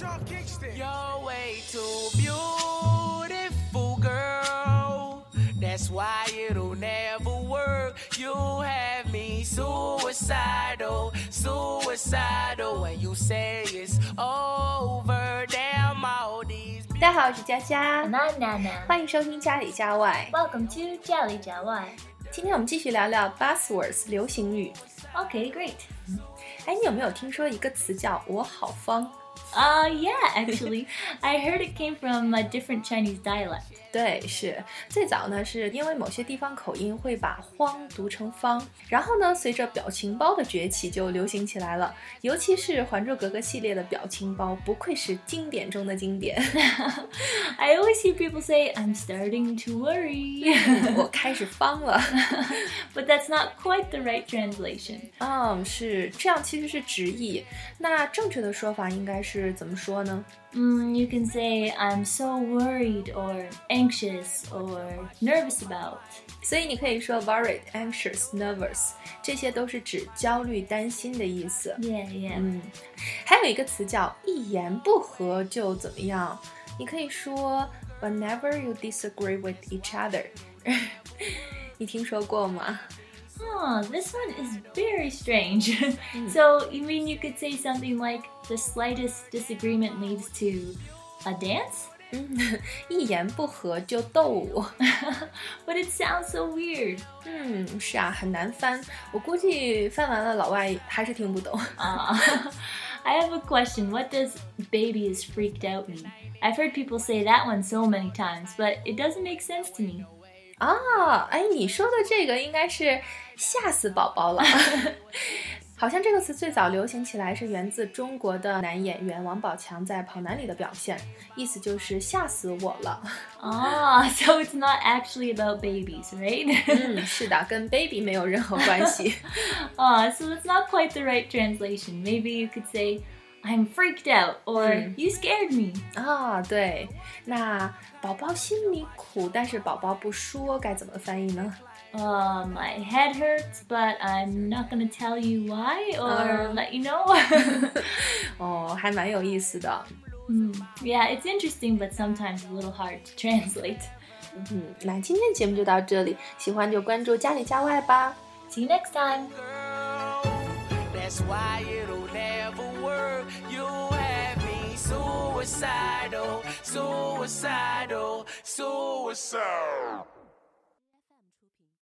You're way too beautiful, girl. That's why it'll never work. You have me suicidal, suicidal. When you say it's over, damn all these. 大家好，我是佳佳， Banana. 欢迎收听家里家外。 Welcome to Jelly Jawai. 今天我们继续聊聊 buzzwords 流行语。 Okay, great. 哎，你有没有听说一个词叫“我好方 Uh, yeah, actually, I heard it came from a different Chinese dialect. ”？对，是最早呢，是因为某些地方口音会把“荒”读成“方”，然后呢，随着表情包的崛起就流行起来了。尤其是《还珠格格》系列的表情包，不愧是经典中的经典。 I always hear people say, I'm starting to worry. 我开始方了。 but that's not quite the right translation. 嗯，是这样，其实是直译。那正确的说法应该是怎么说呢？ Mm, you can say, I'm so worried, or anxious, or nervous about. 所以你可以说 worried, anxious, nervous，这些都是指焦虑、担心的意思。 Yeah, yeah. 嗯，还有一个词叫一言不合就怎么样，你可以说 whenever you disagree with each other 。 你听说过吗？ Huh, this one is very strange. so, you mean you could say something like, the slightest disagreement leads to a dance? 嗯，一言不合就斗舞。 But it sounds so weird. 嗯，是啊，很难翻。我估计翻完了，老外还是听不懂。 Uh, I have a question. What does baby is freaked out mean? I've heard people say that one so many times, but it doesn't make sense to me. 啊，哎，你说的这个应该是吓死宝宝了。 好像这个词最早流行起来是源自中国的男演员王宝强在《跑男》里的表现，意思就是吓死我了。 Ah, so it's not actually about babies, right? 嗯， 是的，跟 baby 没有任何关系。 Ah, so that's not quite the right translation. Maybe you could say, I'm freaked out, or Mm. you scared me. 啊，对，那宝宝心里苦，但是宝宝不说，该怎么翻译呢？ Uh, my head hurts, but I'm not gonna tell you why or Uh. let you know. 哦，还蛮有意思的。 Hmm. Yeah, it's interesting, but sometimes a little hard to translate. 嗯，那今天节目就到这里，喜欢就关注家里家外吧。 See you next time. girl. That's why it'll never work. You have me suicidal, suicidal, suicidal.